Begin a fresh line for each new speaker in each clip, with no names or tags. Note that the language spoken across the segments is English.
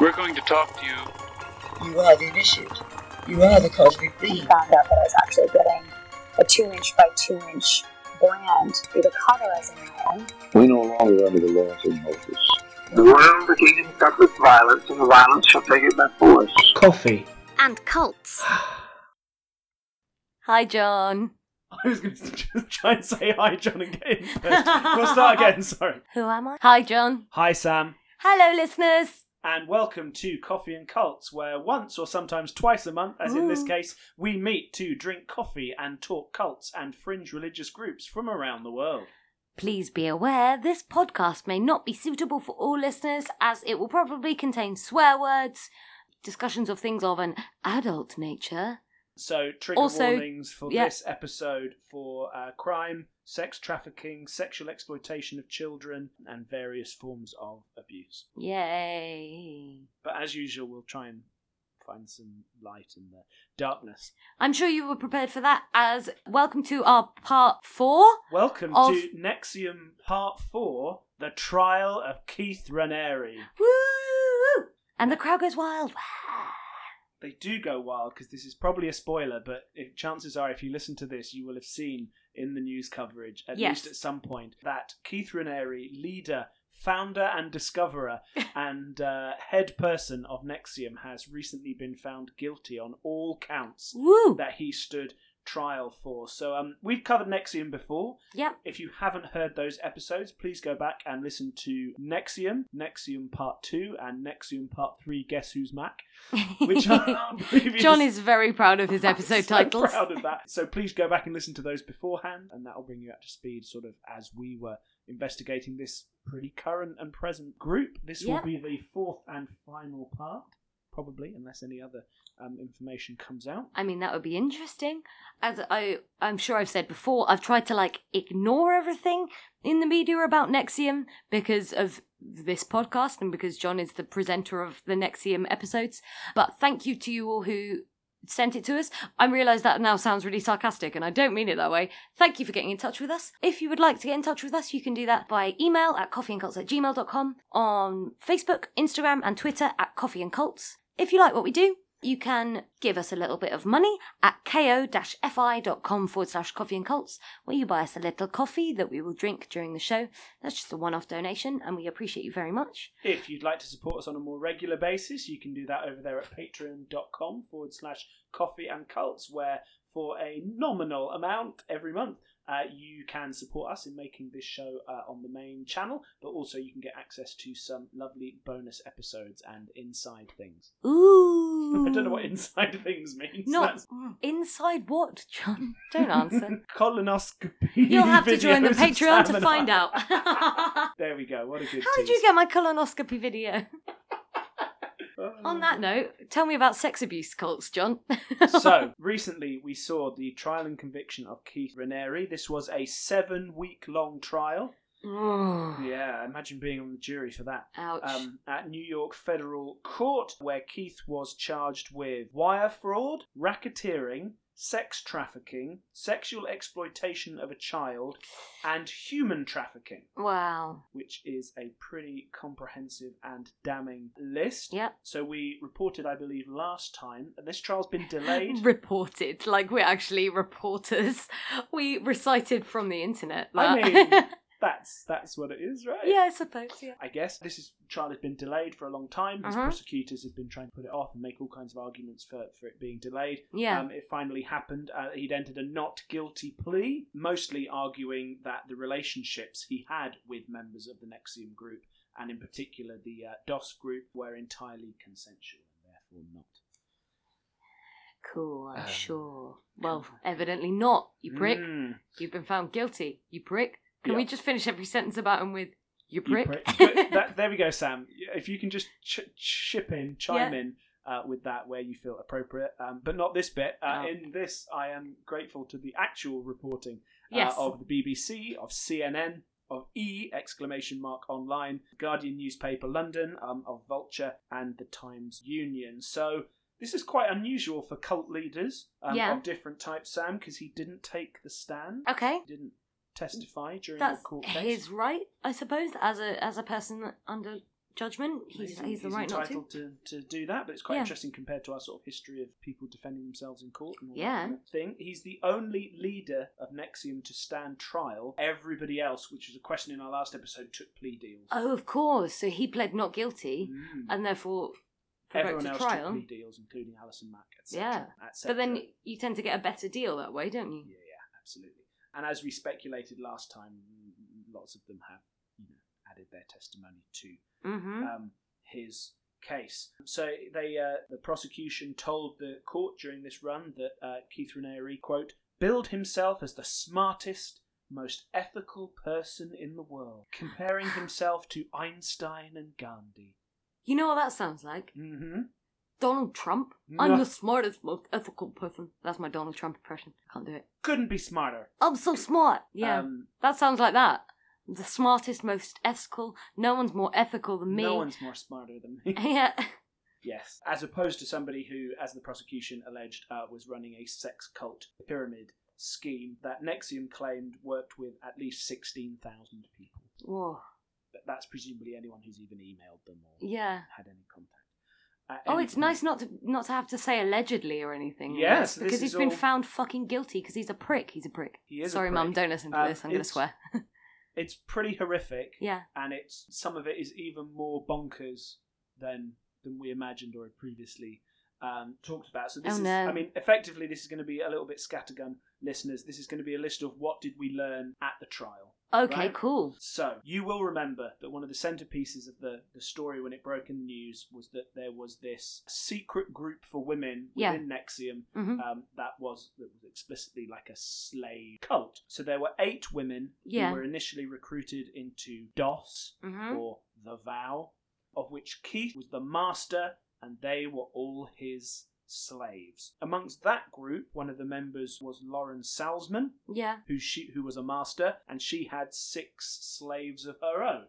We're going to talk to you.
You are the initiate. You are the cosmic
and
being.
found out that I was actually getting a two inch by two inch brand through the cauterizing iron.
We no longer under the laws of Moses.
The world that you construct with violence, and the violence shall take it by force.
Coffee.
And cults. Hi, John.
I was going to try and say hi, John, again. First. we'll start again. Sorry.
Who am I? Hi, John.
Hi, Sam.
Hello, listeners.
and welcome to Coffee and Cults, where once or sometimes twice a month, as in this
Ooh.
case, we meet to drink coffee and talk cults and fringe religious groups from around the world.
Please be aware this podcast may not be suitable for all listeners as it will probably contain swear words, discussions of things of an adult nature.
So, trigger
Also-
warnings for
yeah.
this episode for uh, crime, sex trafficking, sexual exploitation of children, and various forms of abuse.
Yay.
But as usual, we'll try and find some light in the darkness.
I'm sure you were prepared for that as welcome to our part four.
Welcome
Of-
to Nexium Part 4 The Trial of Keith Ranieri.
Woo! And the crowd goes wild.
they do go wild because this is probably a spoiler, but if, chances are, if you listen to this, you will have seen in the news coverage, at
Yes.
least at some point, that Keith Raniere, leader, founder, and discoverer, and uh, head person of Nexium, has recently been found guilty on all counts
Woo!
that he stood trial for. So um, we've covered Nexium before.
Yep.
If you haven't heard those episodes, please go back and listen to Nexium, Nexium Part 2, and Nexium Part 3 Guess Who's Mac which are our previous-
John is very proud of his episode
I'm so
titles.
Proud of that. So please go back and listen to those beforehand, and that'll bring you up to speed, sort of as we were investigating this pretty current and present group. This
Yeah.
will be the fourth and final part, probably, unless any other um, information comes out.
I mean, that would be interesting. As I, I'm sure I've said before, I've tried to like ignore everything in the media about Nexium because of this podcast and because John is the presenter of the Nexium episodes. But thank you to you all who sent it to us. I realise that now sounds really sarcastic and I don't mean it that way. Thank you for getting in touch with us. If you would like to get in touch with us, you can do that by email at coffeeandcults at gmail.com, on Facebook, Instagram, and Twitter at Coffee and Cults. If you like what we do, you can give us a little bit of money at ko-fi.com forward slash coffee and cults, where you buy us a little coffee that we will drink during the show. That's just a one-off donation, and we appreciate you very much.
If you'd like to support us on a more regular basis, you can do that over there at patreon.com forward slash coffee and cults, where for a nominal amount every month, uh, you can support us in making this show uh, on the main channel, but also you can get access to some lovely bonus episodes and inside things.
Ooh.
I don't know what inside things means.
Not
That's
inside what, John? Don't answer.
colonoscopy.
You'll have to join the
videos of
Patreon to
Sam and
find
I.
out. How
there we go. What a good
did you
tease.
get my colonoscopy video?
Oh.
On that note, tell me about sex abuse cults, John.
so recently we saw the trial and conviction of keith ranieri this was a seven week long trial
Ouch.
yeah imagine being on the jury for that um, at New York federal court, where Keith was charged with wire fraud, racketeering, sex trafficking, sexual exploitation of a child, and human trafficking,
wow.
which is a pretty comprehensive and damning list.
Yep.
So we reported, I believe, last time, and this trial's been delayed.
reported like we're actually reporters we recited from the internet
I
that-
mean, that's that's what it is, right?
yeah i suppose yeah
I guess this is, trial has been delayed for a long time. His
Mhm.
prosecutors have been trying to put it off and make all kinds of arguments for, for it being delayed.
yeah
Um, it finally happened. Uh, he'd entered a not guilty plea, mostly arguing that the relationships he had with members of the Nexium group, and in particular the uh, DOS group, were entirely consensual and therefore not.
cool i'm
um,
sure well evidently not you prick
Mm,
you've been found guilty you prick can we
Yeah.
just finish every sentence about him with you
you
prick,
But that, there we go, Sam. If you can just ch- chip in, chime
Yeah.
in. Uh, with that, where you feel appropriate, um, but not this bit. Uh,
Oh.
In this, I am grateful to the actual reporting uh,
yes
of the BBC, of CNN, of E exclamation mark online, Guardian newspaper London, um, of Vulture, and the Times Union. So this is quite unusual for cult leaders um,
Yeah.
of different types, Sam, because he didn't take the stand,
okay
he didn't testify during
that's
the court case.
his right i suppose as a as a person under judgment. He's he's the right not to.
entitled to. to do that, but it's quite
Yeah.
interesting compared to our sort of history of people defending themselves in court and all that
Yeah.
kind of thing. He's the only leader of Nexium to stand trial. Everybody else, which was a question in our last episode, took plea deals.
Oh, of course. So he pled not guilty
Mm.
and therefore provoked
Everyone
a
else
trial.
took plea deals, including Alison Mack, etc.
Yeah.
etc.
But then you tend to get a better deal that way, don't you?
Yeah, yeah, absolutely. And as we speculated last time, lots of them have you know, added their testimony to
Mm-hmm.
um, his case. So they, uh, the prosecution told the court during this run that uh, Keith Raniere, quote, billed himself as the smartest, most ethical person in the world, comparing himself to Einstein and Gandhi.
You know what that sounds like?
Mm-hmm.
Donald Trump. I'm
No.
the smartest, most ethical person. That's my Donald Trump impression. Can't do it.
Couldn't be smarter.
I'm so smart. Yeah.
Um,
that sounds like that. The smartest, most ethical. No one's more ethical than me.
No one's more smarter than me.
yeah.
Yes, as opposed to somebody who, as the prosecution alleged, uh, was running a sex cult pyramid scheme that Nexium claimed worked with at least 16,000 people.
Whoa.
But that's presumably anyone who's even emailed them or
Yeah.
had any contact. At
Oh,
any
it's
point-
nice not to not to have to say allegedly or anything. like
Yes,
that,
this
because
is
he's been
all-
found fucking guilty because he's a prick. He's a prick.
He is a
Sorry, mum.
prick.
Don't listen to
Um,
this. I'm gonna
it's-
swear.
It's pretty horrific,
yeah.
and it's some of it is even more bonkers than than we imagined or had previously um, talked about. So this
Oh,
is,
no.
I mean, effectively, this is going to be a little bit scattergun, listeners. This is going to be a list of what did we learn at the trial.
Okay.
Right.
Cool.
So, you will remember that one of the centerpieces of the, the story when it broke in the news was that there was this secret group for women
Yeah.
within Nexium
hmm
um, that, was, that was explicitly like a slave cult. So, there were eight women
Yeah.
who were initially recruited into DOS
hmm
or the Vow, of which Keith was the master and they were all his slaves. Amongst that group, one of the members was Lauren Salzman
Yeah.
who she who was a master, and she had six slaves of her own.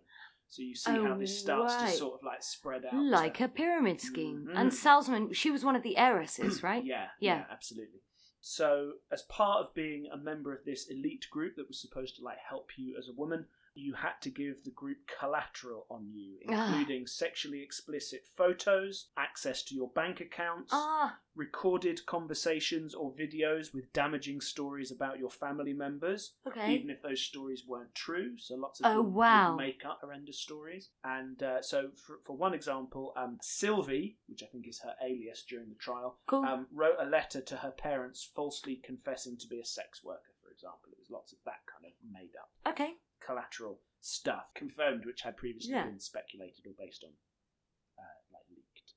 So you see
Oh,
how this starts
right.
to sort of like spread out,
Like
to-
a pyramid scheme. And
Mhm.
Salzman, she was one of the heiresses, right?
Yeah,
Yeah.
yeah, absolutely. So as part of being a member of this elite group that was supposed to like help you as a woman, you had to give the group collateral on you,
Ah.
including sexually explicit photos, access to your bank accounts,
Ah,
recorded conversations or videos with damaging stories about your family members,
okay.
even if those stories weren't true. So lots of
Oh,
them would
wow.
make up horrendous stories. And uh, so, for, for one example, um, Sylvie, which I think is her alias during the trial,
Cool.
um, wrote a letter to her parents falsely confessing to be a sex worker, for example. It was lots of that kind of made up
okay.
collateral stuff, confirmed, which had previously
Yeah.
been speculated or based on uh, like leaked.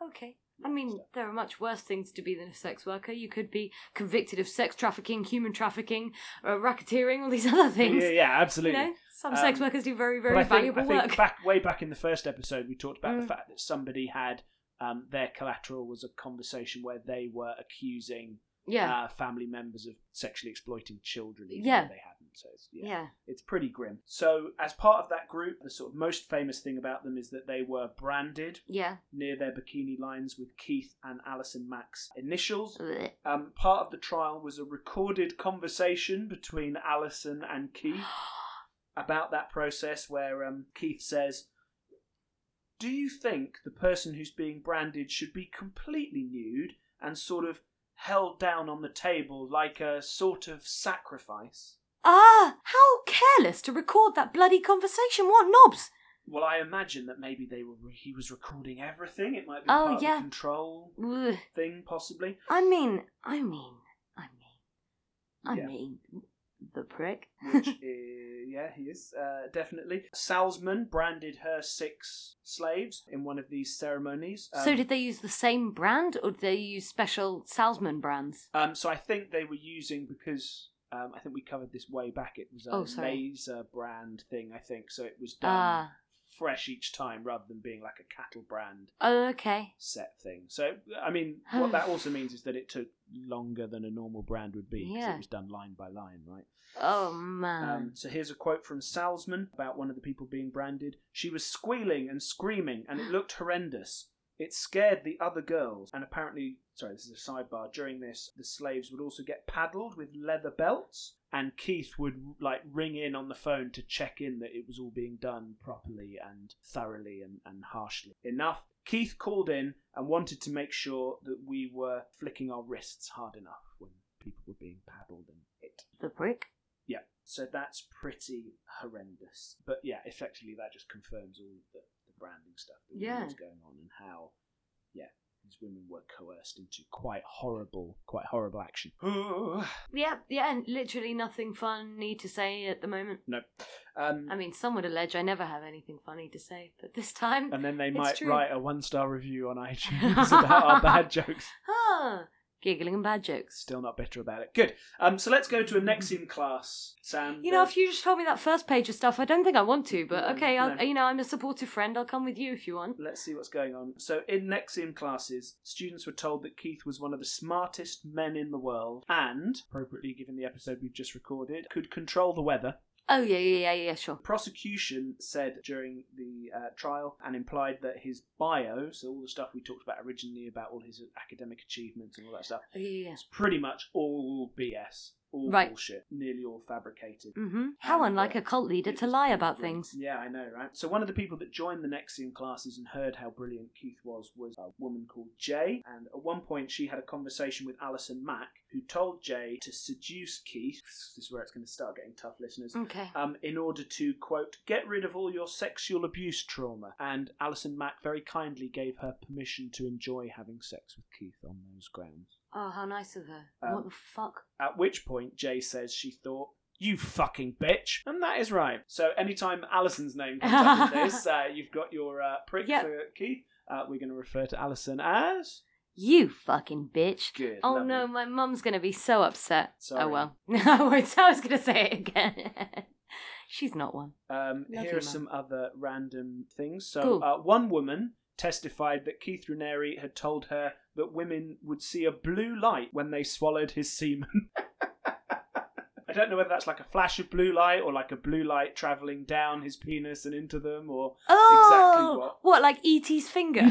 Okay. I mean, there are much worse things to be than a sex worker. You could be convicted of sex trafficking, human trafficking, uh, racketeering, all these other things.
Yeah, yeah, absolutely.
You know, some sex
Um,
workers do very,
But
very
I think,
valuable
I think
work.
back way back in the first episode, we talked about
Mm.
the fact that somebody had um, their collateral was a conversation where they were accusing
yeah.
uh, family members of sexually exploiting children, even
Yeah.
though they hadn't. So it's, yeah,
yeah.
it's pretty grim. So as part of that group, the sort of most famous thing about them is that they were branded
Yeah.
near their bikini lines with Keith and Alison Mack's initials.
Blech.
Um, part of the trial was a recorded conversation between Alison and Keith about that process where um, Keith says, Do you think the person who's being branded should be completely nude and sort of held down on the table like a sort of sacrifice?
Ah, how careless to record that bloody conversation. What knobs?
Well, I imagine that maybe they were he was recording everything. It might be
Oh,
part of
yeah.
the control
Ugh.
thing, possibly.
I mean, I mean, I mean, I
Yeah.
mean, the prick.
which is, yeah, he is uh, definitely. Salzman branded her six slaves in one of these ceremonies. Um,
so did they use the same brand, or did they use special salesman brands?
Um, so I think they were using because um, I think we covered this way back. It was a
Oh, sorry.
laser brand thing, I think. So it was done
Ah,
fresh each time rather than being like a cattle brand
oh, okay.
set thing. So I mean, what that also means is that it took longer than a normal brand would be because
Yeah.
it was done line by line, right?
Oh man.
Um, so here's a quote from Salzman about one of the people being branded. She was squealing and screaming, and it looked horrendous. It scared the other girls, and apparently, sorry, this is a sidebar. During this, the slaves would also get paddled with leather belts, and Keith would like ring in on the phone to check in that it was all being done properly and thoroughly and, and harshly enough. Keith called in and wanted to make sure that we were flicking our wrists hard enough when people were being paddled and hit.
The prick.
Yeah, so that's pretty horrendous. But yeah, effectively that just confirms all of the, the branding stuff that
Yeah.
was going on and how, yeah, these women were coerced into quite horrible, quite horrible action.
Yeah, yeah, and literally nothing funny to say at the moment.
no. Um,
I mean, some would allege I never have anything funny to say, but this time,
and then they
it's
might
true.
write a one-star review on iTunes about our bad jokes.
ah, giggling and bad jokes.
Still not bitter about it. Good. Um, so let's go to a Nexium class, Sam.
You know,
Uh,
if you just told me that first page of stuff, I don't think I want to, but
No,
okay, I'll,
no.
you know, I'm a supportive friend. I'll come with you if you want.
Let's see what's going on. So, in Nexium classes, students were told that Keith was one of the smartest men in the world and, appropriately given the episode we've just recorded, could control the weather.
Oh, yeah, yeah, yeah, yeah, sure.
Prosecution said during the uh, trial and implied that his bio, so all the stuff we talked about originally about all his academic achievements and all that stuff,
Oh, yeah, yeah.
is pretty much all BS, all
Right.
bullshit, nearly all fabricated.
Mm-hmm. How
And,
unlike
uh,
a cult leader to
It's
lie
pretty
about
brilliant.
things.
Yeah, I know, right? So one of the people that joined the Nexium classes and heard how brilliant Keith was was a woman called Jay, and at one point she had a conversation with Alison Mack, who told Jay to seduce Keith. This is where it's going to start getting tough, listeners.
Okay.
Um, in order to quote, get rid of all your sexual abuse trauma, and Alison Mack very kindly gave her permission to enjoy having sex with Keith on those grounds.
Oh, how nice of her.
Um,
what the fuck?
At which point, Jay says she thought, you fucking bitch. And that is right. So anytime Alison's name comes up in this, uh, you've got your uh, prick
Yep.
for Keith. Uh, we're going to refer to Alison as.
You fucking bitch.
Good,
oh
lovely.
no, my mum's gonna be so upset.
Sorry.
Oh well. I was I was gonna say it again. She's not one.
Um, here
Love you,
are
Mum.
some other random things. So
Cool.
uh, one woman testified that Keith Raniere had told her that women would see a blue light when they swallowed his semen. I don't know whether that's like a flash of blue light or like a blue light travelling down his penis and into them or
Oh
what-
like E.T.'s finger?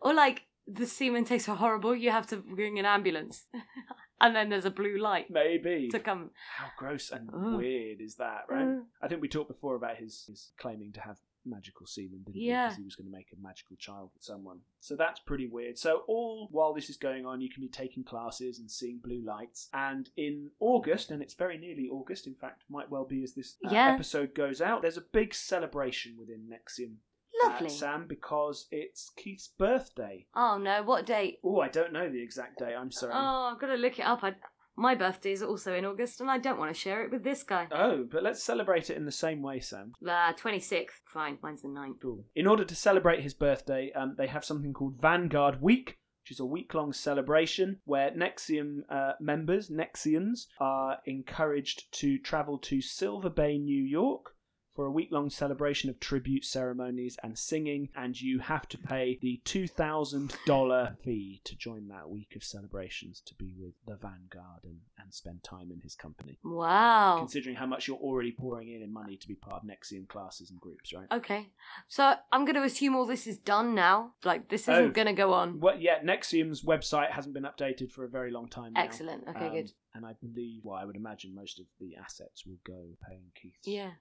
or like the semen tastes so horrible you have to ring an ambulance. and then there's a blue light
Maybe.
to come.
How gross and
Mm.
weird is that, right?
Mm.
I think we talked before about his, his claiming to have magical semen, didn't
Yeah.
Because he was going to make a magical child with someone. So that's pretty weird. So all while this is going on, you can be taking classes and seeing blue lights. And in August, and it's very nearly August, in fact, might well be as this uh,
Yeah.
episode goes out, there's a big celebration within Nexium. uh,
Lovely.
Sam, because it's Keith's birthday.
oh no, what date?
Oh, I don't know the exact day. I'm sorry.
Oh, I've got to look it up. I, my birthday is also in August, and I don't want to share it with this guy.
oh, but let's celebrate it in the same way, Sam.
Uh, 26th. Fine, mine's the 9th.
Cool. In order to celebrate his birthday, um, they have something called Vanguard Week, which is a week long celebration where Nexium uh, members, Nexians, are encouraged to travel to Silver Bay, New York. For a week long celebration of tribute ceremonies and singing, and you have to pay the $2,000 fee to join that week of celebrations to be with the Vanguard and, and spend time in his company.
Wow.
Considering how much you're already pouring in in money to be part of Nexium classes and groups, right?
Okay. So I'm going to assume all this is done now. Like, this isn't
Oh.
going to go on.
Well, yeah, Nexium's website hasn't been updated for a very long time. Now.
Excellent. Okay,
Um,
good.
And I believe, well, I would imagine most of the assets will go paying Keith's
Yeah.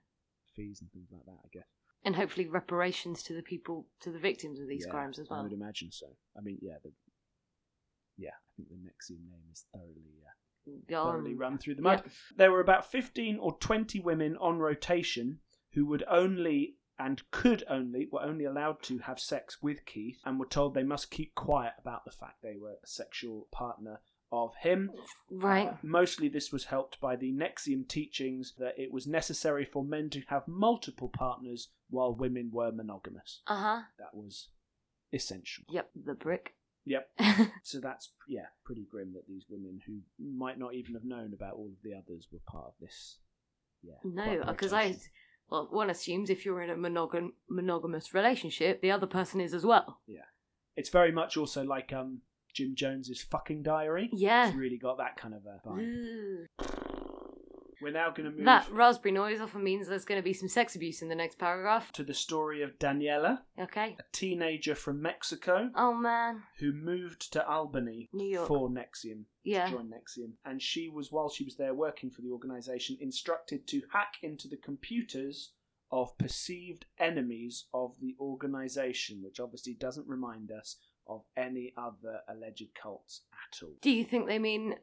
fees and things like that. I guess
And hopefully reparations to the people, to the victims of these
Yeah,
crimes as
I
well.
would imagine so. I mean, yeah, the, yeah, I think the Nexium name is thoroughly, uh,
Gone.
thoroughly run through the mud. There were about fifteen or twenty women on rotation who would only and could only were only allowed to have sex with Keith and were told they must keep quiet about the fact they were a sexual partner of him.
Right.
Uh, mostly this was helped by the Nexium teachings that it was necessary for men to have multiple partners while women were monogamous.
Uh huh.
That was essential.
Yep. The brick.
Yep. So that's, yeah, pretty grim that these women who might not even have known about all of the others were part of this. Yeah.
no,
quite
because I.
rotation.
Well, one assumes if you're in a monogam- monogamous relationship, the other person is as well.
It's very much also like um Jim Jones's fucking diary.
Yeah.
It's really got that kind of a vibe.
Ooh.
We're now going to move
That raspberry noise often means there's going to be some sex abuse in the next paragraph.
to the story of Daniela,
Okay.
a teenager from Mexico
Oh man.
who moved to Albany
New York.
for Nexium.
Yeah.
to join Nexium. And she was, while she was there working for the organisation, instructed to hack into the computers of perceived enemies of the organisation, which obviously doesn't remind us of any other alleged cults at all.
Do you think they mean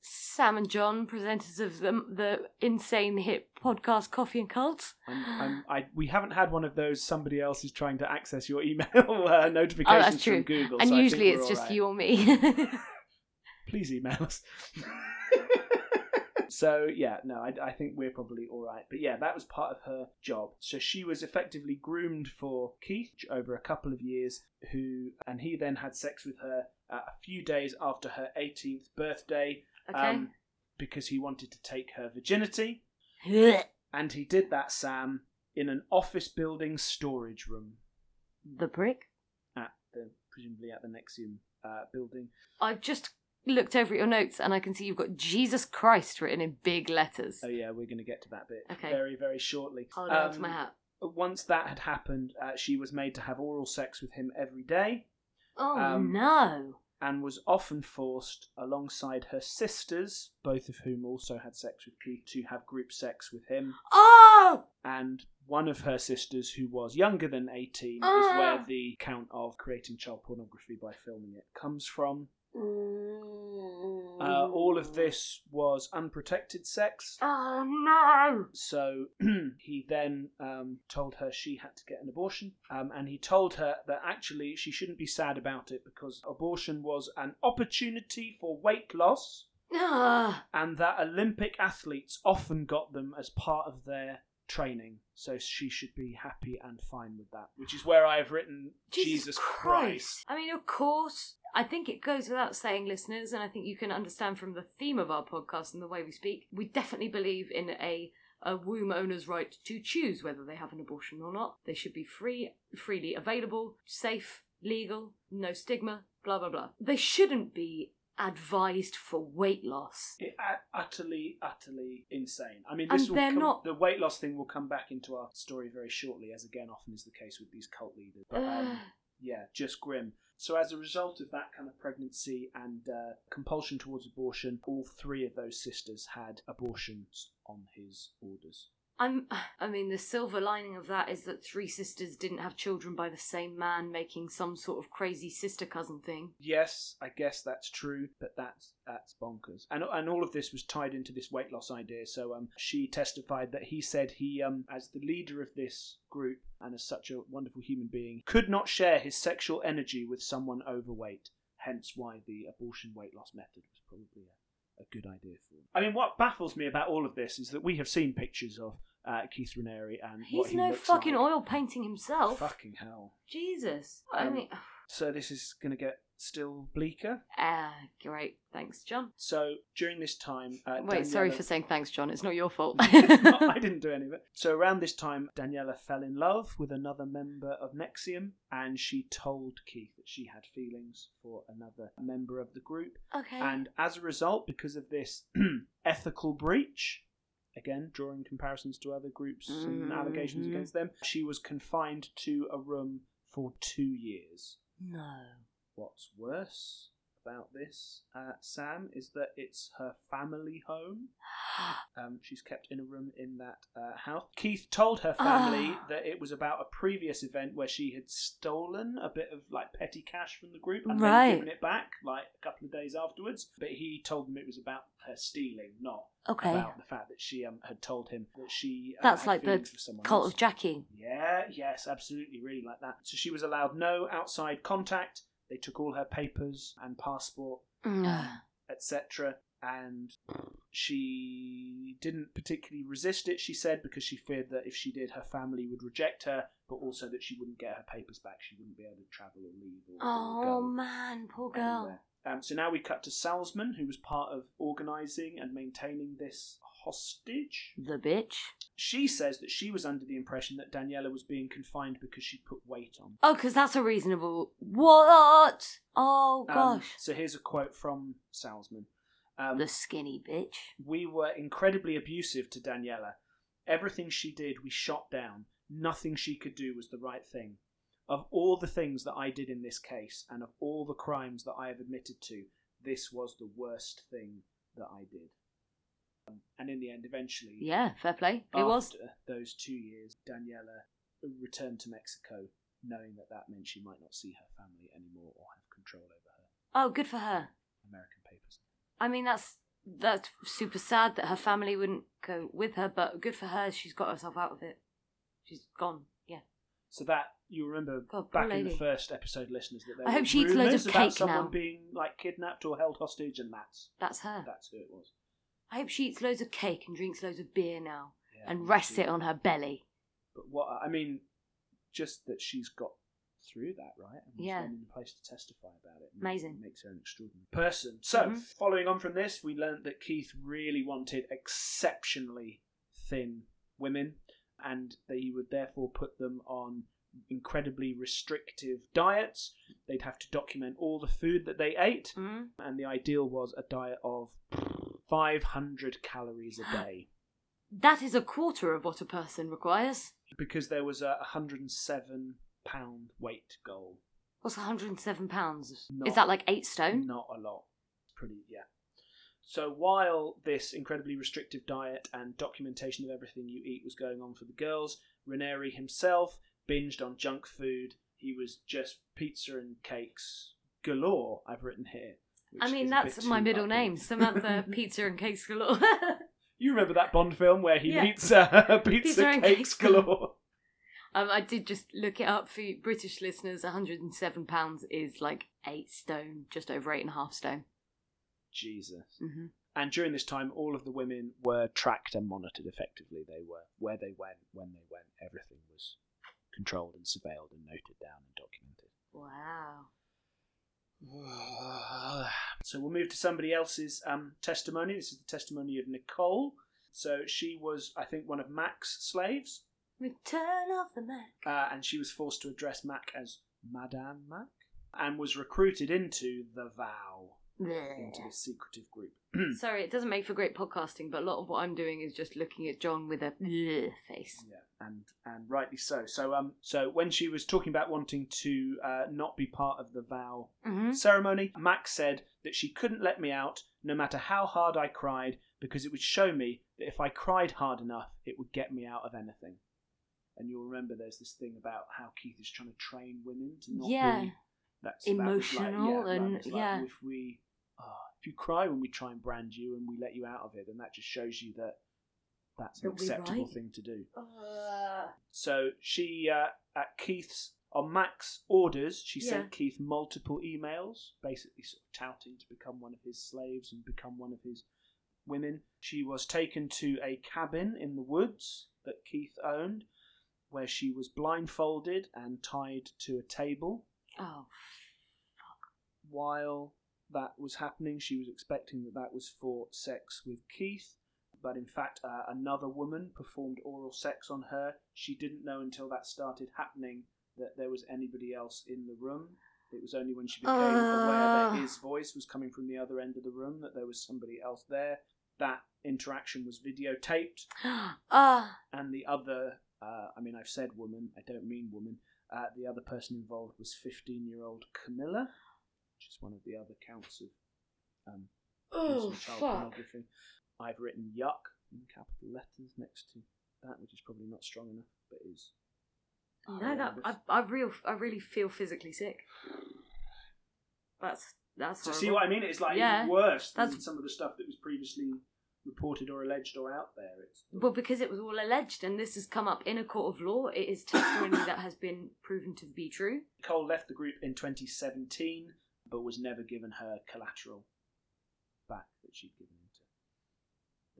Sam and John, presenters of the, the insane hit podcast Coffee and Cults?
I'm, I'm, um, I, we haven't had one of those. Somebody else is trying to access your email uh,
Oh,
notifications
that's true.
from Google.
and
so I think
usually
we're
it's
all
just
right.
you or me.
please email us. so yeah, no, I, I think we're probably all right. But yeah, that was part of her job. So she was effectively groomed for Keith over a couple of years, who and he then had sex with her uh, a few days after her 18th birthday,
okay.
um, because he wanted to take her virginity, and he did that, Sam, in an office building storage room
the brick.
at the presumably at the Nexium uh, building.
I've just looked over at your notes and I can see you've got Jesus Christ written in big letters.
Oh yeah, we're going to get to that bit
Okay.
very very shortly.
Hold on to
Um,
my hat.
once that had happened, uh, she was made to have oral sex with him every day
Oh
um,
no.
and was often forced, alongside her sisters, both of whom also had sex with Keith, to have group sex with him.
Oh!
And one of her sisters, who was younger than 18, is
Ah.
where the count of creating child pornography by filming it comes from. Uh, all of this was unprotected sex.
Oh no!
So he then um, told her she had to get an abortion, um, and he told her that actually she shouldn't be sad about it because abortion was an opportunity for weight loss,
Ah,
and that Olympic athletes often got them as part of their training. So she should be happy and fine with that, which is where I have written Jesus, Christ.
I mean, of course, I think it goes without saying, listeners, and I think you can understand from the theme of our podcast and the way we speak, we definitely believe in a a womb owner's right to choose whether they have an abortion or not. They should be free, freely available, safe, legal, no stigma, blah blah blah. They shouldn't be advised for weight loss.
It, uh, utterly, utterly insane. I mean, this
And
will
they're
come,
not-
the weight loss thing will come back into our story very shortly, as again often is the case with these cult leaders. But um, yeah, just grim. So as a result of that kind of pregnancy and uh, compulsion towards abortion, all three of those sisters had abortions on his orders.
I'm. I mean, the silver lining of that is that three sisters didn't have children by the same man, making some sort of crazy sister cousin thing.
Yes, I guess that's true, but that's that's bonkers. And and all of this was tied into this weight loss idea. So um, she testified that he said he um, as the leader of this group and as such a wonderful human being, could not share his sexual energy with someone overweight. Hence, why the abortion weight loss method was probably a, a good idea for him. I mean, what baffles me about all of this is that we have seen pictures of uh, Keith Raniere and what
He's
he
no
looks
fucking
like.
oil painting himself.
Fucking hell!
Jesus. I
Um,
mean,
So this is going to get still bleaker.
ah, great. Thanks, John.
So during this time, uh,
Wait, sorry
Daniela-
for saying thanks, John. It's not your fault.
I didn't do any of it. So around this time, Daniela fell in love with another member of Nexium, and she told Keith that she had feelings for another member of the group.
okay.
And as a result, because of this ethical breach, again drawing comparisons to other groups and allegations
Mhm.
against them, she was confined to a room for two years.
no.
What's worse about this, uh, Sam, is that it's her family home. Um, she's kept in a room in that uh, house. Keith told her family
Ah.
that it was about a previous event where she had stolen a bit of like petty cash from the group and
Right.
then given it back like a couple of days afterwards. But he told them it was about her stealing, not
Okay.
about the fact that she um, had told him that she. Uh,
That's
had
like the
feelings for someone
cult
else.
of Jackie.
Yeah, yes, absolutely, really like that. So she was allowed no outside contact. They took all her papers and passport,
Mm.
etc. And she didn't particularly resist it, she said, because she feared that if she did, her family would reject her, but also that she wouldn't get her papers back. She wouldn't be able to travel or leave or, or
Oh
go
man, poor girl.
anywhere. Um, so now we cut to Salzman, who was part of organising and maintaining this hostage
The bitch.
she says that she was under the impression that Daniela was being confined because she put weight on.
Oh, because that's a reasonable. What? Oh
Um,
gosh.
so here's a quote from Salzman. Um,
the skinny bitch.
we were incredibly abusive to Daniela. Everything she did, we shot down. Nothing she could do was the right thing. Of all the things that I did in this case, and of all the crimes that I have admitted to, this was the worst thing that I did. Um, and in the end, eventually,
Yeah, fair play. It was.
after those two years, Daniela returned to Mexico, knowing that that meant she might not see her family anymore or have control over her
Oh, good for her.
American papers.
I mean, that's that's super sad that her family wouldn't go with her, but good for her. She's got herself out of it. She's gone. Yeah.
So that you remember
God, poor
back in the
lady.
first episode, listeners, that there
I
were
hope she eats loads
rumours
of
about
cake
someone
now. Ah.
being like kidnapped or held hostage, and that's
That's her.
that's who it was.
I hope she eats loads of cake and drinks loads of beer now
Yeah, me
and rests
too.
it on her belly.
But what I mean, just that she's got through that, right? And was
Yeah.
then in a place to testify about it.
Amazing.
Makes her an extraordinary person. So,
Mhm.
following on from this, we learned that Keith really wanted exceptionally thin women, and that he would therefore put them on incredibly restrictive diets. They'd have to document all the food that they ate,
Mm?
and the ideal was a diet of 500 calories a day.
That is a quarter of what a person requires.
because there was a 107 pound weight goal.
What's 107 pounds?
Not-
Is that like eight stone?
Not a lot. Pretty yeah. So while this incredibly restrictive diet and documentation of everything you eat was going on for the girls, Ranieri himself binged on junk food. He was just pizza and cakes galore. I've written here. which
I
is
mean,
a bit
that's
too
my middle
upbeat.
name, Samantha Pizza and Cakes Galore.
you remember that Bond film where he
Yeah.
meets uh, pizza,
Pizza and
cakes,
cakes galore.
galore?
um, I did just look it up for you British listeners. 107 pounds is like eight stone, just over eight and a half stone.
Jesus.
hmm
And during this time, all of the women were tracked and monitored effectively. They were where they went, when they went, everything was controlled and surveilled and noted down and
Wow.
documented. so we'll move to somebody else's um, testimony. This is the testimony of Nicole. So she was, I think, one of Mac's slaves,
Return of the Mac.
uh, and she was forced to address Mac as Madame Mac and was recruited into the Vow, into
Bleh.
this secretive group.
Sorry, it doesn't make for great podcasting, but a lot of what I'm doing is just looking at John with a bleh face.
Yeah, and and rightly so. So um, so when she was talking about wanting to uh, not be part of the vow
hmm
ceremony, Max said that she couldn't let me out, no matter how hard I cried, because it would show me that if I cried hard enough, it would get me out of anything. And you'll remember there's this thing about how Keith is trying to train women to not
Yeah.
be that's that was like-
Emotional
yeah, that
and-
was like,
yeah.
If we oh, if you cry when we try and brand you and we let you out of it, then that just shows you that that's an
That we're
acceptable
right.
thing to do.
Uh,
So she, uh, at Keith's, on Mac's orders, she
Yeah.
sent Keith multiple emails, basically sort of touting to become one of his slaves and become one of his women. She was taken to a cabin in the woods that Keith owned, where she was blindfolded and tied to a table.
oh,
While that was happening, she was expecting that that was for sex with Keith. But in fact, uh, another woman performed oral sex on her. She didn't know until that started happening that there was anybody else in the room. It was only when she became aware that
Ah.
his voice was coming from the other end of the room that there was somebody else there. That interaction was videotaped,
ah,
and the other, uh, I mean, I've said woman, I don't mean woman, uh, the other person involved was 15 year old Camilla, which is one of the other counts of um, abuse
oh,
and child
fuck.
pornography. I've written yuck in capital letters next to that, which is probably not strong enough, but is.
No, Oh, that I, I real, I really feel physically sick. That's that's.
So
Horrible.
see what I mean? It's like
Yeah,
even worse than
that's-
some of the stuff that was previously reported or alleged or out there. It's
Well, because it was all alleged, and this has come up in a court of law, it is testimony that has been proven to be true.
Cole left the group in 2017, but was never given her collateral back that she'd given to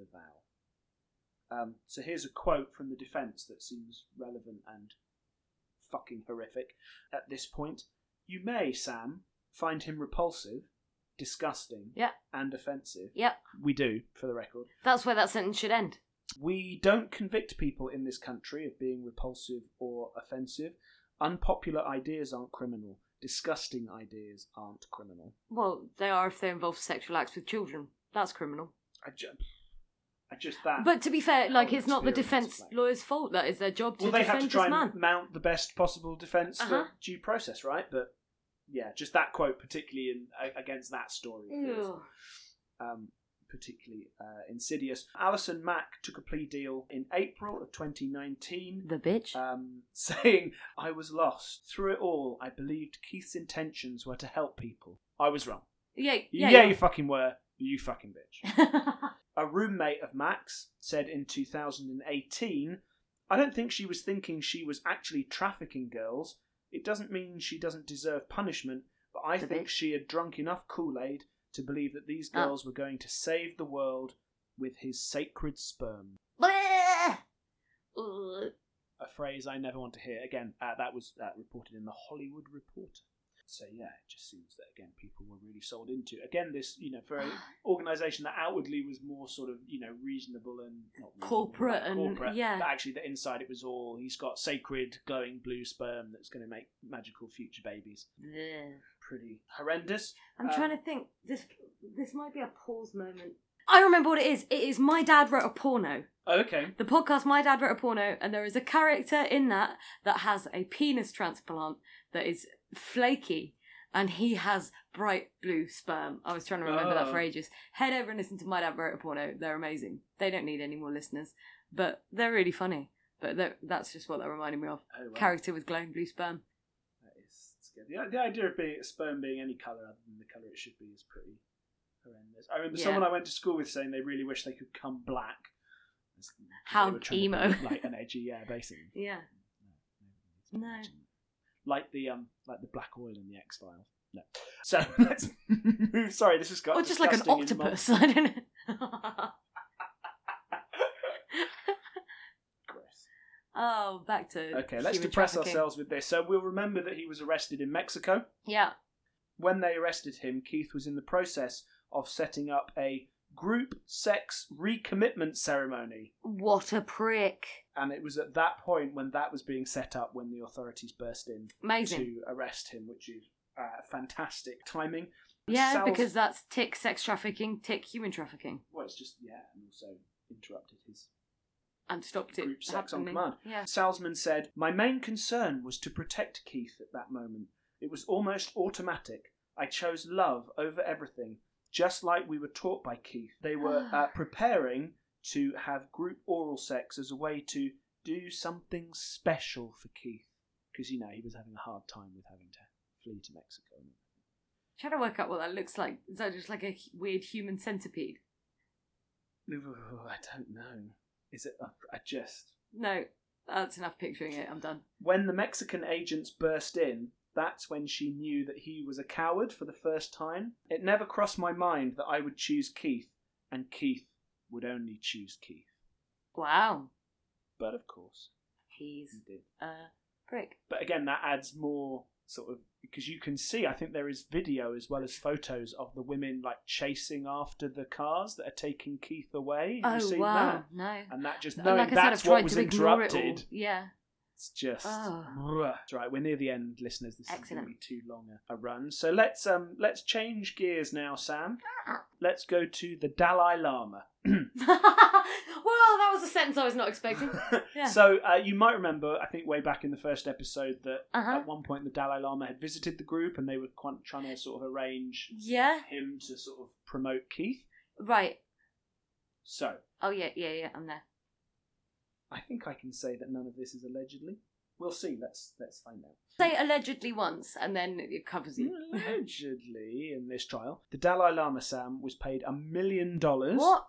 the vow. Um, so here's a quote from the defence that seems relevant and fucking horrific at this point. You may, Sam, find him repulsive, disgusting,
Yeah.
and offensive.
Yep,
We do, for the record.
that's where that sentence should end.
We don't convict people in this country of being repulsive or offensive. Unpopular ideas aren't criminal. Disgusting ideas aren't criminal.
Well, they are if they involve sexual acts with children. That's criminal.
I just, I just that.
But to be fair, like
whole
it's not the
Ah, oh, experience,
defense
like-
lawyer's fault. That is their job to
well, they
defend
have to try
this
and
man.
mount the best possible defense
Uh-huh.
for due process, right? But yeah, just that quote, particularly in a- against that story, feels,
Ew.
um, particularly uh, insidious. Alison Mack took a plea deal in April of 2019.
The bitch.
um, saying, I was lost. Through it all, I believed Keith's intentions were to help people. I was wrong.
yeah,
Yeah,
yeah.
you fucking were. You fucking bitch. A roommate of Max said in 2018, I don't think she was thinking she was actually trafficking girls. It doesn't mean she doesn't deserve punishment, but I
The
think
bitch.
she had drunk enough Kool Aid to believe that these
Ah.
girls were going to save the world with his sacred sperm.
Bleh. Ugh.
a phrase I never want to hear again. Uh, that was uh, reported in the Hollywood Reporter. So yeah, it just seems that again people were really sold into again this you know for an organisation that outwardly was more sort of you know reasonable and not reasonable,
Corporate
but
and-
corporate,
yeah.
but actually the inside it was all he's got sacred glowing blue sperm that's going to make magical future babies.
Bleh.
Pretty horrendous.
I'm
Um,
trying to think. This this might be a pause moment. I remember what it is. It is my dad wrote a porno.
Okay.
The podcast My Dad Wrote a Porno, and there is a character in that that has a penis transplant that is flaky, and he has bright blue sperm. I was trying to remember that for
Oh.
ages. Head over and listen to My Dad Wrote a Porno. They're amazing. They don't need any more listeners, but they're really funny. But they're- that's just what that reminded me of.
Oh, well.
Character with glowing blue sperm.
That is scary. The, the idea of being, sperm being any colour other than the colour it should be is pretty horrendous. I remember
Yeah.
someone I went to school with saying they really wish they could come black. It's- they
How
were trying to
emo.
be Like an edgy, yeah, basically.
Yeah. No.
Like the um, like the black oil in the X Files. No. So let's move. Sorry, this has got.
Or just like an
disgusting and mon-
octopus. I don't know.
Gross.
oh, back to.
Okay, let's
human
depress
trafficking.
ourselves with this. So we'll remember that he was arrested in Mexico.
Yeah.
When they arrested him, Keith was in the process of setting up a group sex recommitment ceremony.
What a prick.
And it was at that point when that was being set up when the authorities burst in
Amazing.
to arrest him, which is uh, fantastic timing.
Yeah,
Sal's-
because that's tick sex trafficking, tick human trafficking,
Well, it's just, yeah, and also interrupted his
and stopped it
Group sex on
happening.
command.
Yeah.
Salzman said, My main concern was to protect Keith at that moment. It was almost automatic. I chose love over everything, just like we were taught by Keith. They were
Ah.
uh, preparing to have group oral sex as a way to do something special for Keith. Because, you know, he was having a hard time with having to flee to Mexico.
Trying to work out what that looks like. Is that just like a h- weird human centipede?
Ooh, I don't know. Is it? I- I just.
No, that's enough picturing it. I'm done.
When the Mexican agents burst in, that's when she knew that he was a coward for the first time. It never crossed my mind that I would choose Keith, and Keith would only choose Keith.
Wow.
But of course,
He's
he did.
a prick.
But again, that adds more sort of because you can see. I think there is video as well as photos of the women like chasing after the cars that are taking Keith away. Have you
oh
seen
wow.
that?
No.
And that just
Uh,
knowing
like I said,
that's
I've tried
what was
to ignore it all.
interrupted.
Yeah.
It's just
Oh.
It's right. We're near the end, listeners. This
Excellent.
is going to be too long a, a run. So let's um let's change gears now, Sam.
Ah.
Let's go to the Dalai Lama.
well, that was a sentence I was not expecting. Yeah.
So uh, you might remember, I think, way back in the first episode, that
Uh-huh.
at one point the Dalai Lama had visited the group, and they were quite trying to sort of arrange
yeah.
him to sort of promote Keith.
Right.
So
Oh yeah, yeah, yeah. I'm there.
I think I can say that none of this is allegedly. We'll see. Let's let's find out.
Say allegedly once, and then it covers you.
Allegedly, in this trial, the Dalai Lama Sam was paid a million dollars
what?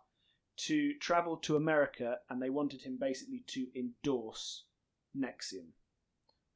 to travel to America, and they wanted him basically to endorse Nexium.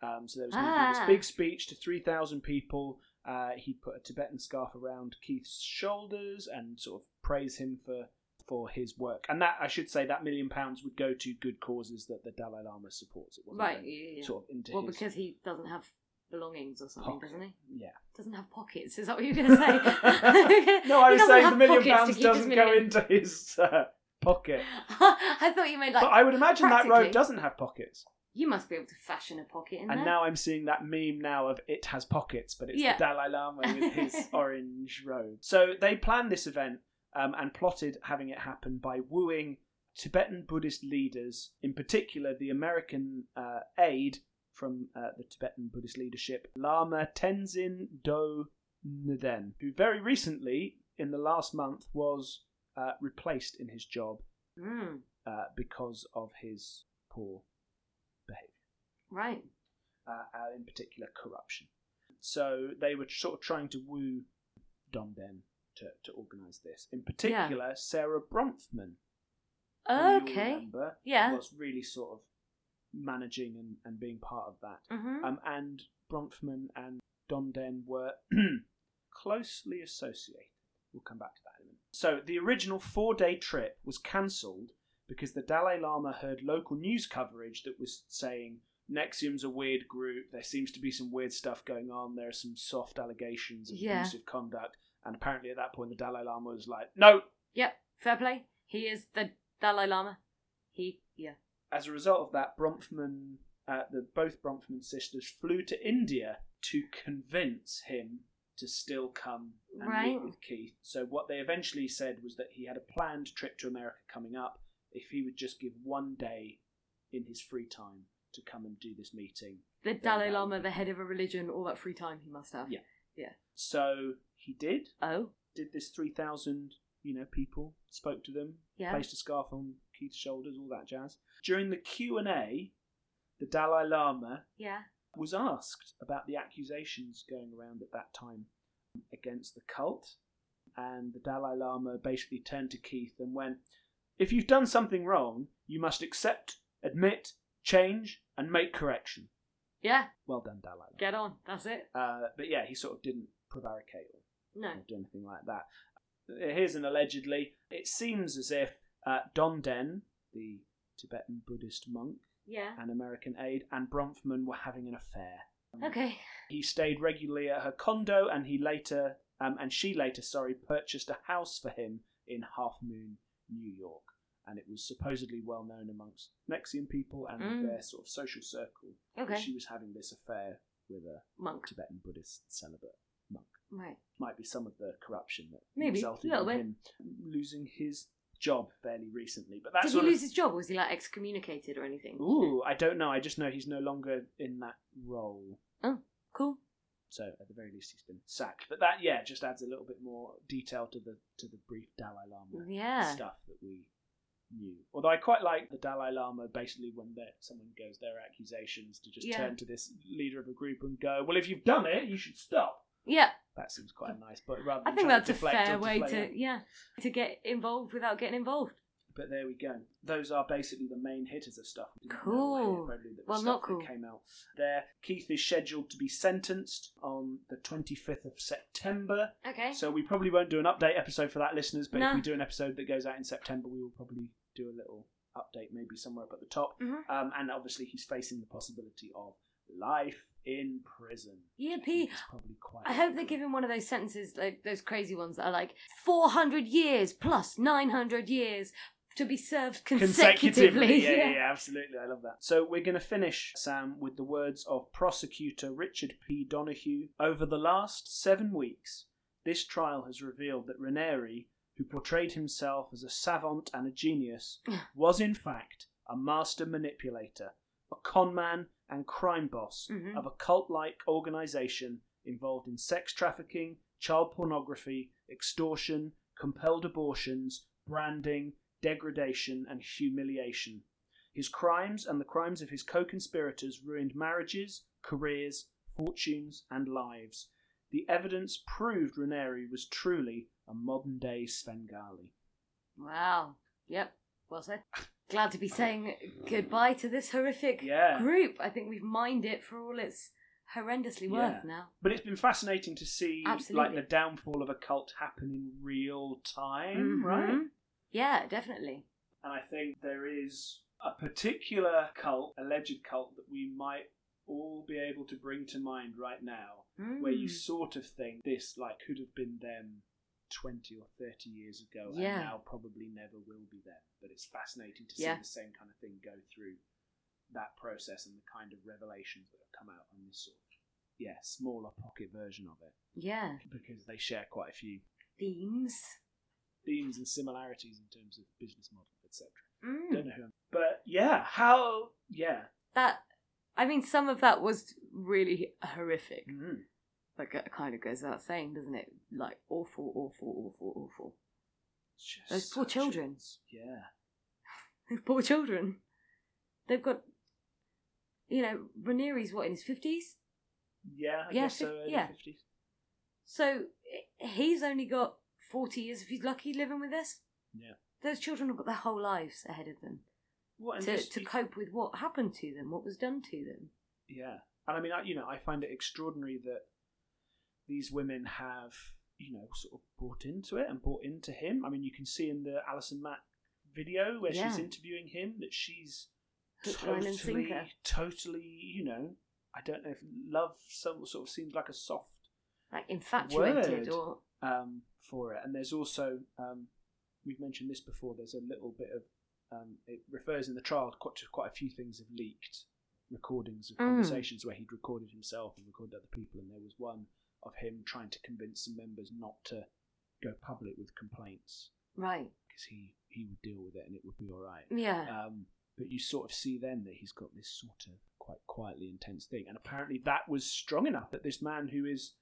Um, so there was going to be
Ah.
this big speech to three thousand people. Uh, he'd put a Tibetan scarf around Keith's shoulders and sort of praise him for for his work. And that I should say that million pounds would go to good causes that the Dalai Lama supports. It wasn't
Right.
going
Yeah, yeah, yeah.
sort of into
Well,
his
because he doesn't have belongings or something,
pocket.
doesn't he?
Yeah.
Doesn't have pockets. Is that what you're going to say?
no, I
He
was
doesn't
saying the
have
million
pockets to
pounds
keep his
doesn't go
million.
into his uh, pocket.
I thought you meant like.
but I would imagine that robe
practically.
doesn't have pockets.
You must be able to fashion a pocket in
and
there.
now I'm seeing that meme now of it has pockets, but it's
Yeah.
the Dalai Lama with his orange robe. So they planned this event um, and plotted having it happen by wooing Tibetan Buddhist leaders, in particular the American uh, aid from uh, the Tibetan Buddhist leadership, Lama Tenzin Do Ngden, who very recently, in the last month, was uh, replaced in his job
Mm,
uh, because of his poor behaviour
right.
uh, uh, in particular corruption. So they were sort of trying to woo Dom Den to, to organise this. In particular, Sarah Bronfman, who you'll
Okay.
remember,
Yeah.
was really sort of managing and, and being part of that.
Mm-hmm.
Um, and Bronfman and Dom Den were closely associated. We'll come back to that in a minute. So the original four day trip was cancelled because the Dalai Lama heard local news coverage that was saying Nexium's a weird group, there seems to be some weird stuff going on, there are some soft allegations of
Yeah.
abusive conduct. And apparently at that point the Dalai Lama was like, No,
Yep. Fair play. He is the Dalai Lama. He. Yeah.
as a result of that, Bronfman, uh, the both Bronfman sisters flew to India to convince him to still come and
Right.
meet with Keith. So what they eventually said was that he had a planned trip to America coming up if he would just give one day in his free time to come and do this meeting.
The
Then
Dalai
that-
Lama, the head of a religion, all that free time he must have.
Yeah. So he did.
Oh.
Did this three thousand, you know, people spoke to them,
Yeah.
placed a scarf on Keith's shoulders, all that jazz. During the Q and A, the Dalai Lama
Yeah.
was asked about the accusations going around at that time against the cult, and the Dalai Lama basically turned to Keith and went, "If you've done something wrong, you must accept, admit, change, and make correction."
Yeah.
Well done, Dalai Lama.
Get on. That's it.
Uh, but yeah, he sort of didn't prevaricate or
No.
or do anything like that. Here's an allegedly. It seems as if uh, Donden, the Tibetan Buddhist monk,
Yeah.
and American aide, and Bronfman were having an affair.
Okay.
He stayed regularly at her condo, and he later, um, and she later, sorry, purchased a house for him in Half Moon, New York, and it was supposedly well known amongst Nexium people and
Mm.
their sort of social circle that
Okay.
she was having this affair with a
Monk.
Tibetan Buddhist celibate monk.
Right.
Might be some of the corruption that
Maybe,
resulted
little
in
bit.
him losing his job fairly recently. But that's
Did he lose his job? Was he like excommunicated or anything?
Ooh, I don't know. I just know he's no longer in that role.
Cool.
So at the very least, he's been sacked. But that, yeah, just adds a little bit more detail to the to the brief Dalai Lama
Yeah.
stuff that we knew. Although I quite like the Dalai Lama basically when there- someone goes their accusations to just
Yeah.
turn to this leader of a group and go, "Well, if you've done it, you should stop."
Yeah.
That seems quite nice. But rather,
I
than
think
trying
that's
to
a
deflect
fair
or
way
deflate
to
it.
yeah to get involved without getting involved.
But there we go. Those are basically the main hitters of stuff. We didn't know ahead,
Cool.
probably, that was
Well,
stuff
not cool.
That came out there. Keith is scheduled to be sentenced on the 25th of September.
Okay.
So we probably won't do an update episode for that, listeners. But if
No.
we do an episode that goes out in September, we will probably do a little update, maybe somewhere up at the top.
Mhm.
Um, and obviously, he's facing the possibility of life in prison.
Yippee.
It's probably quite.
I hope they give him one of those sentences, like those crazy ones that are like 400 years plus 900 years to be served consecutively.
Yeah, yeah, yeah, absolutely. I love that. So we're going to finish, Sam, with the words of prosecutor Richard P. Donahue. Over the last seven weeks, this trial has revealed that Ranieri, who portrayed himself as a savant and a genius, was in fact a master manipulator, a con man and crime boss
Mhm.
of a cult like organization involved in sex trafficking, child pornography, extortion, compelled abortions, branding, degradation, and humiliation. His crimes and the crimes of his co conspirators ruined marriages, careers, fortunes, and lives. The evidence proved Ranieri was truly a modern day Svengali.
Wow. Yep. Well said. Glad to be saying goodbye to this horrific
Yeah.
group. I think we've mined it for all it's horrendously
Yeah.
worth now.
But it's been fascinating to see like
Absolutely.
the downfall of a cult happen in real time, right?
Mhm. Yeah, definitely.
And I think there is a particular cult, alleged cult, that we might all be able to bring to mind right now, where you
Mm.
sort of think this like could have been them 20 or 30 years ago
Yeah.
and now probably never will be them. But it's fascinating to see
Yeah.
the same kind of thing go through that process and the kind of revelations that have come out on this sort of, yeah, smaller pocket version of it
Yeah.
because they share quite a few
Themes.
themes and similarities in terms of business model, etc.
Mm.
Don't know who. I'm- But yeah, how? Yeah.
That, I mean, some of that was really horrific.
Mm.
Like, it kind of goes without saying, doesn't it? Like, awful, awful, awful, awful.
Just
Those poor
such a-
children.
yeah.
Poor children. They've got, you know, Ranieri's what, in his 50s?
Yeah. I
Yeah,
guess so,
fif-
early
yeah.
50s.
So i- he's only got 40 years, if he's lucky, living with us.
Yeah.
Those children have got their whole lives ahead of them
What, and
to,
just-
to cope with what happened to them, what was done to them.
Yeah, and I mean, I, you know, I find it extraordinary that these women have, you know, sort of bought into it and bought into him. I mean, you can see in the Alison Mack video where she's
Yeah.
interviewing him that she's
Hook, line, and
totally,
sinker.
totally, you know, I don't know if love some sort of seems like a soft
Like infatuated
Word.
or.
um, for it. And there's also, um, we've mentioned this before, there's a little bit of, um, it refers in the trial quite to quite a few things have leaked recordings of
Mm.
conversations where he'd recorded himself and recorded other people. And there was one of him trying to convince some members not to go public with complaints
Right.
because he, he would deal with it and it would be all right.
Yeah.
Um, but you sort of see then that he's got this sort of quite quietly intense thing, and apparently that was strong enough that this man who is,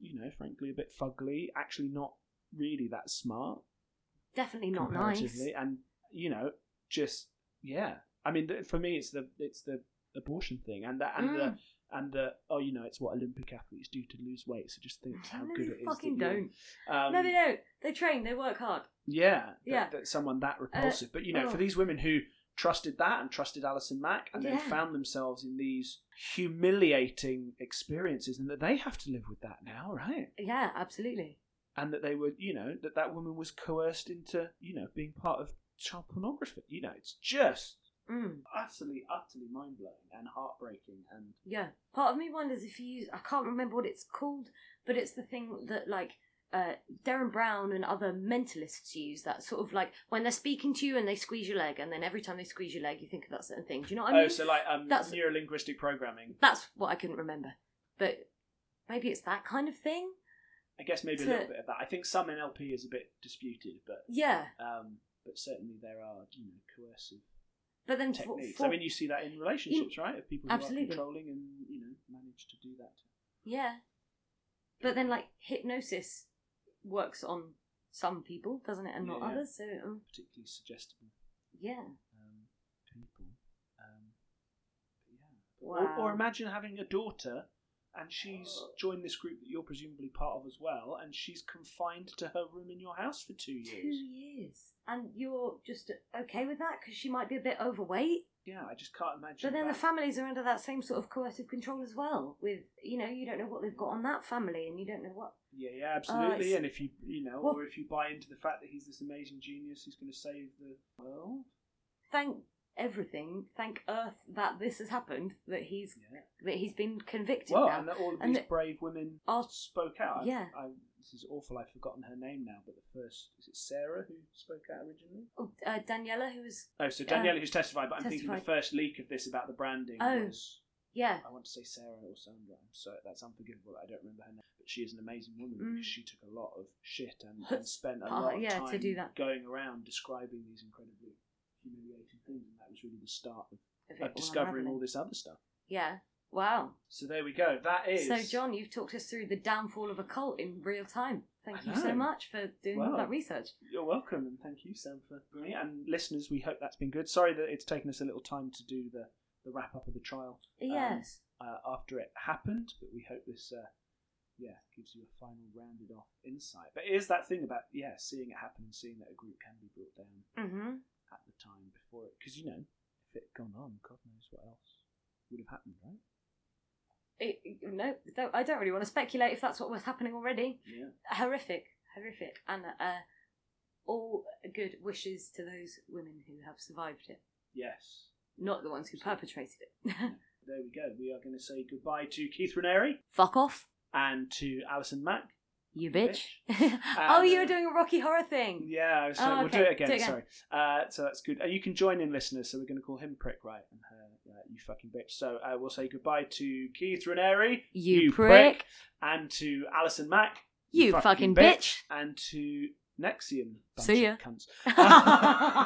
you know, frankly a bit fugly, actually not really that smart,
Definitely not nice.
comparatively, and you know, just yeah. I mean, th- for me, it's the it's the abortion thing, and that and
Mm.
the and the oh, you know, it's what Olympic athletes do to lose weight. So just think how
No,
good
they
it is.
fucking
that
don't.
you- Um,
no, they don't. They train, they work hard.
yeah, that,
Yeah.
that someone that repulsive. but you know,
oh.
for these women who trusted that and trusted Alison Mack, and then
Yeah.
found themselves in these humiliating experiences, and that they have to live with that now, right?
Yeah, absolutely.
And that they were, you know, that that woman was coerced into, you know, being part of child pornography. You know, it's just
Mm.
utterly, utterly mind blowing and heartbreaking. And
Yeah. Part of me wonders if you use I can't remember what it's called, but it's the thing that like uh Darren Brown and other mentalists use that sort of like when they're speaking to you and they squeeze your leg and then every time they squeeze your leg you think about certain things. You know what I mean?
oh, so like um,
that's-
neuro linguistic programming.
That's what I couldn't remember. But maybe it's that kind of thing?
I guess maybe a
So-
little bit of that. I think some NLP is a bit disputed, but
Yeah.
um, but certainly there are, you know, coercive
But then for,
techniques.
for-
I mean, you see that in relationships, right? Of people who
Absolutely.
are controlling and you know manage to do that.
Yeah. But then like hypnosis works on some people, doesn't it, and not
Yeah.
others? So um,
to particularly suggestible
yeah.
um, people. Um, but yeah.
Wow. Oh.
Or, or imagine having a daughter, and she's joined this group that you're presumably part of as well, and she's confined to her room in your house for two
Two
years.
years. And you're just uh, okay with that because she might be a bit overweight.
Yeah, I just can't imagine.
But then the
that.
families are under that same sort of coercive control as well. With, you know, you don't know what they've got on that family and you don't know what.
Yeah, yeah, absolutely.
it's-
and if you, you know,
Oh, Well-
or if you buy into the fact that he's this amazing genius who's going to save the world.
Thank everything. Thank Earth that this has happened, that he's
Yeah.
that he's been convicted
Well,
now.
and that all of
And
these
that-
brave women
Are-
spoke out. I-
Yeah.
I, this is awful. I've forgotten her name now, but the first is it Sarah who spoke out originally?
Oh, uh, Daniela, who was,
Oh, so
Uh,
Daniela who's testified, but I'm thinking the
testified.
first leak of this about the branding
Oh.
was
yeah,
I want to say Sarah or Sandra. I'm sorry, that's unforgivable. I don't remember her name, but she is an amazing woman
Mm.
because she took a lot of shit and, and spent a
Oh,
lot of
yeah, to
time
do that.
going around describing these incredibly humiliating things, and that was really the start of,
of, it
of
all
discovering
unraveling.
all this other stuff.
Yeah. Wow.
So there we go. That is
So, John, you've talked us through the downfall of a cult in real time. Thank
I
you so
know.
much for doing all
Wow.
that research.
You're welcome, and thank you, Sam, for bringing it. And listeners, we hope that's been good. Sorry that it's taken us a little time to do the, the wrap up of the trial um,
Yes.
uh, after it happened, but we hope this, uh, yeah, gives you a final rounded off insight. But it is that thing about yeah, seeing it happen and seeing that a group can be brought down
hmm
at the time before it, because you know if it had gone on, God knows what else would have happened, right?
It, no, don't, I don't really want to speculate if that's what was happening already.
Yeah.
Horrific, horrific, and uh, all good wishes to those women who have survived it,
Yes.
not the ones who perpetrated it.
There we go. We are going to say goodbye to Keith Ranieri
Fuck off,
and to Alison Mack.
you bitch!
bitch.
oh, you were
uh,
doing a Rocky Horror thing.
Yeah, so
Oh,
we'll
okay.
do it again.
Do it again.
Sorry. Uh, so that's good. Uh, you can join in, listeners. So we're going to call him prick, right? And her, uh, you fucking bitch. So uh, we'll say goodbye to Keith Ranieri,
You
you
prick.
and to Alison Mack,
You fucking bitch.
and to Nexium. bunch
See
of
ya.
cunts.
Where?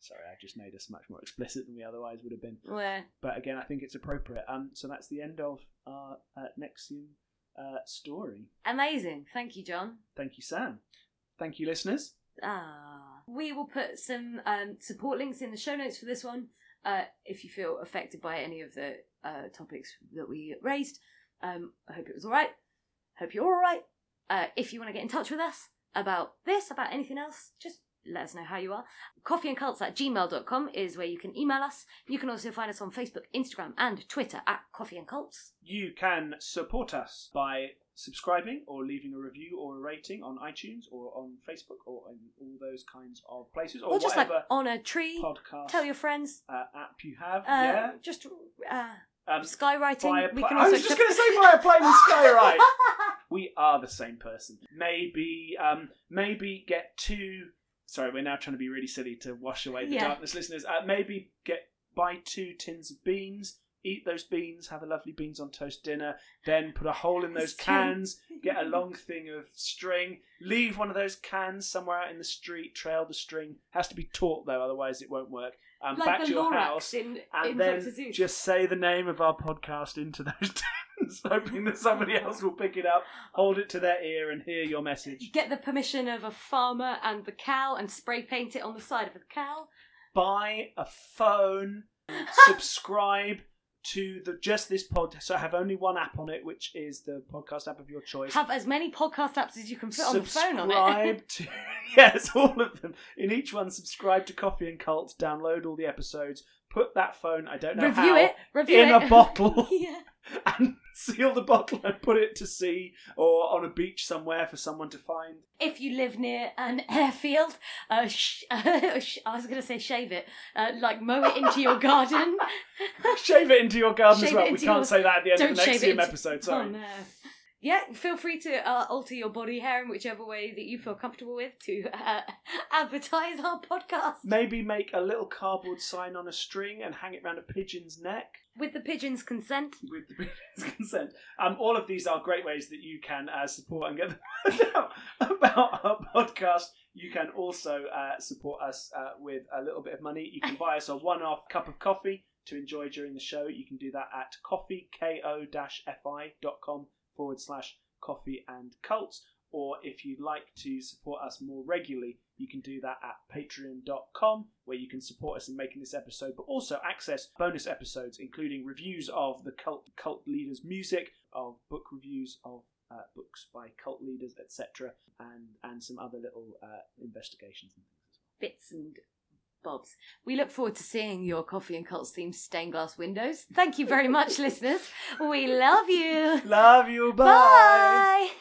Sorry, I just made us much more explicit than we otherwise would have been. But again, I think it's appropriate. Um, so that's the end of our uh, Nexium uh, story.
Amazing. Thank you, John.
Thank you, Sam. Thank you, listeners.
Ah. We will put some um, support links in the show notes for this one uh, if you feel affected by any of the uh, topics that we raised. Um, I hope it was all right. Hope you're all right. Uh, if you want to get in touch with us about this, about anything else, just let us know how you are. Coffeeandcults at gmail.com is where you can email us. You can also find us on Facebook, Instagram, and Twitter at Coffee and Cults.
You can support us by subscribing or leaving a review or a rating on iTunes or on Facebook or in all those kinds of places or,
Or, just like
whatever
on a tree,
podcast
tell your friends.
uh, app you have.
Uh,
yeah.
Just uh,
Um, via
skywriting. We
pla-
can
I
also
was just going to say via plane and skyride. we are the same person. Maybe, um, maybe get two. Sorry, we're now trying to be really silly to wash away the
Yeah.
darkness, listeners. Uh, maybe get buy two tins of beans. Eat those beans. Have a lovely beans on toast dinner. Then put a hole in those
It's true.
cans. Get a long thing of string. Leave one of those cans somewhere out in the street. Trail the string. Has to be taut though, otherwise it won't work. Um,
like
back
the
to your
Lorax
house
in,
and
in
then
Doctor Seuss.
just say the name of our podcast into those tins, hoping that somebody else will pick it up, hold it to their ear, and hear your message.
get the permission of a farmer and the cow and spray paint it on the side of the cow.
Buy a phone, subscribe to the just this pod. So I have only one app on it, which is the podcast app of your choice.
Have as many podcast apps as you can put on the phone on it.
subscribe to yes all of them in each one subscribe to coffee and cult download all the episodes put that phone i don't know
review
how
it. Review
in
it.
a bottle.
yeah.
and seal the bottle and put it to sea or on a beach somewhere for someone to find.
If you live near an airfield, uh, sh- uh, sh- I was going to say shave it, uh, like mow it into your garden.
Shave it into your garden as
Shave it
well. We
into
can't
your-
say that at the end
Don't
of the next
shave
Zoom
it. into-
episode, sorry.
Oh, no. Yeah, feel free to uh, alter your body hair in whichever way that you feel comfortable with to uh, advertise our podcast.
Maybe make a little cardboard sign on a string and hang it round a pigeon's neck
With the pigeon's consent.
with the pigeon's consent. Um, all of these are great ways that you can uh, support and get the word out about our podcast. You can also uh, support us uh, with a little bit of money. You can buy us a one-off cup of coffee to enjoy during the show. You can do that at coffeeko-fi.com forward slash coffee and cults. Or if you'd like to support us more regularly, you can do that at patreon.com, where you can support us in making this episode, but also access bonus episodes, including reviews of the cult, cult leaders' music, of book reviews of uh, books by cult leaders, etc., and, and some other little uh, investigations and things.
bits and bobs. We look forward to seeing your coffee and cults themed stained glass windows. Thank you very much, listeners. We love you.
Love you,
Bye.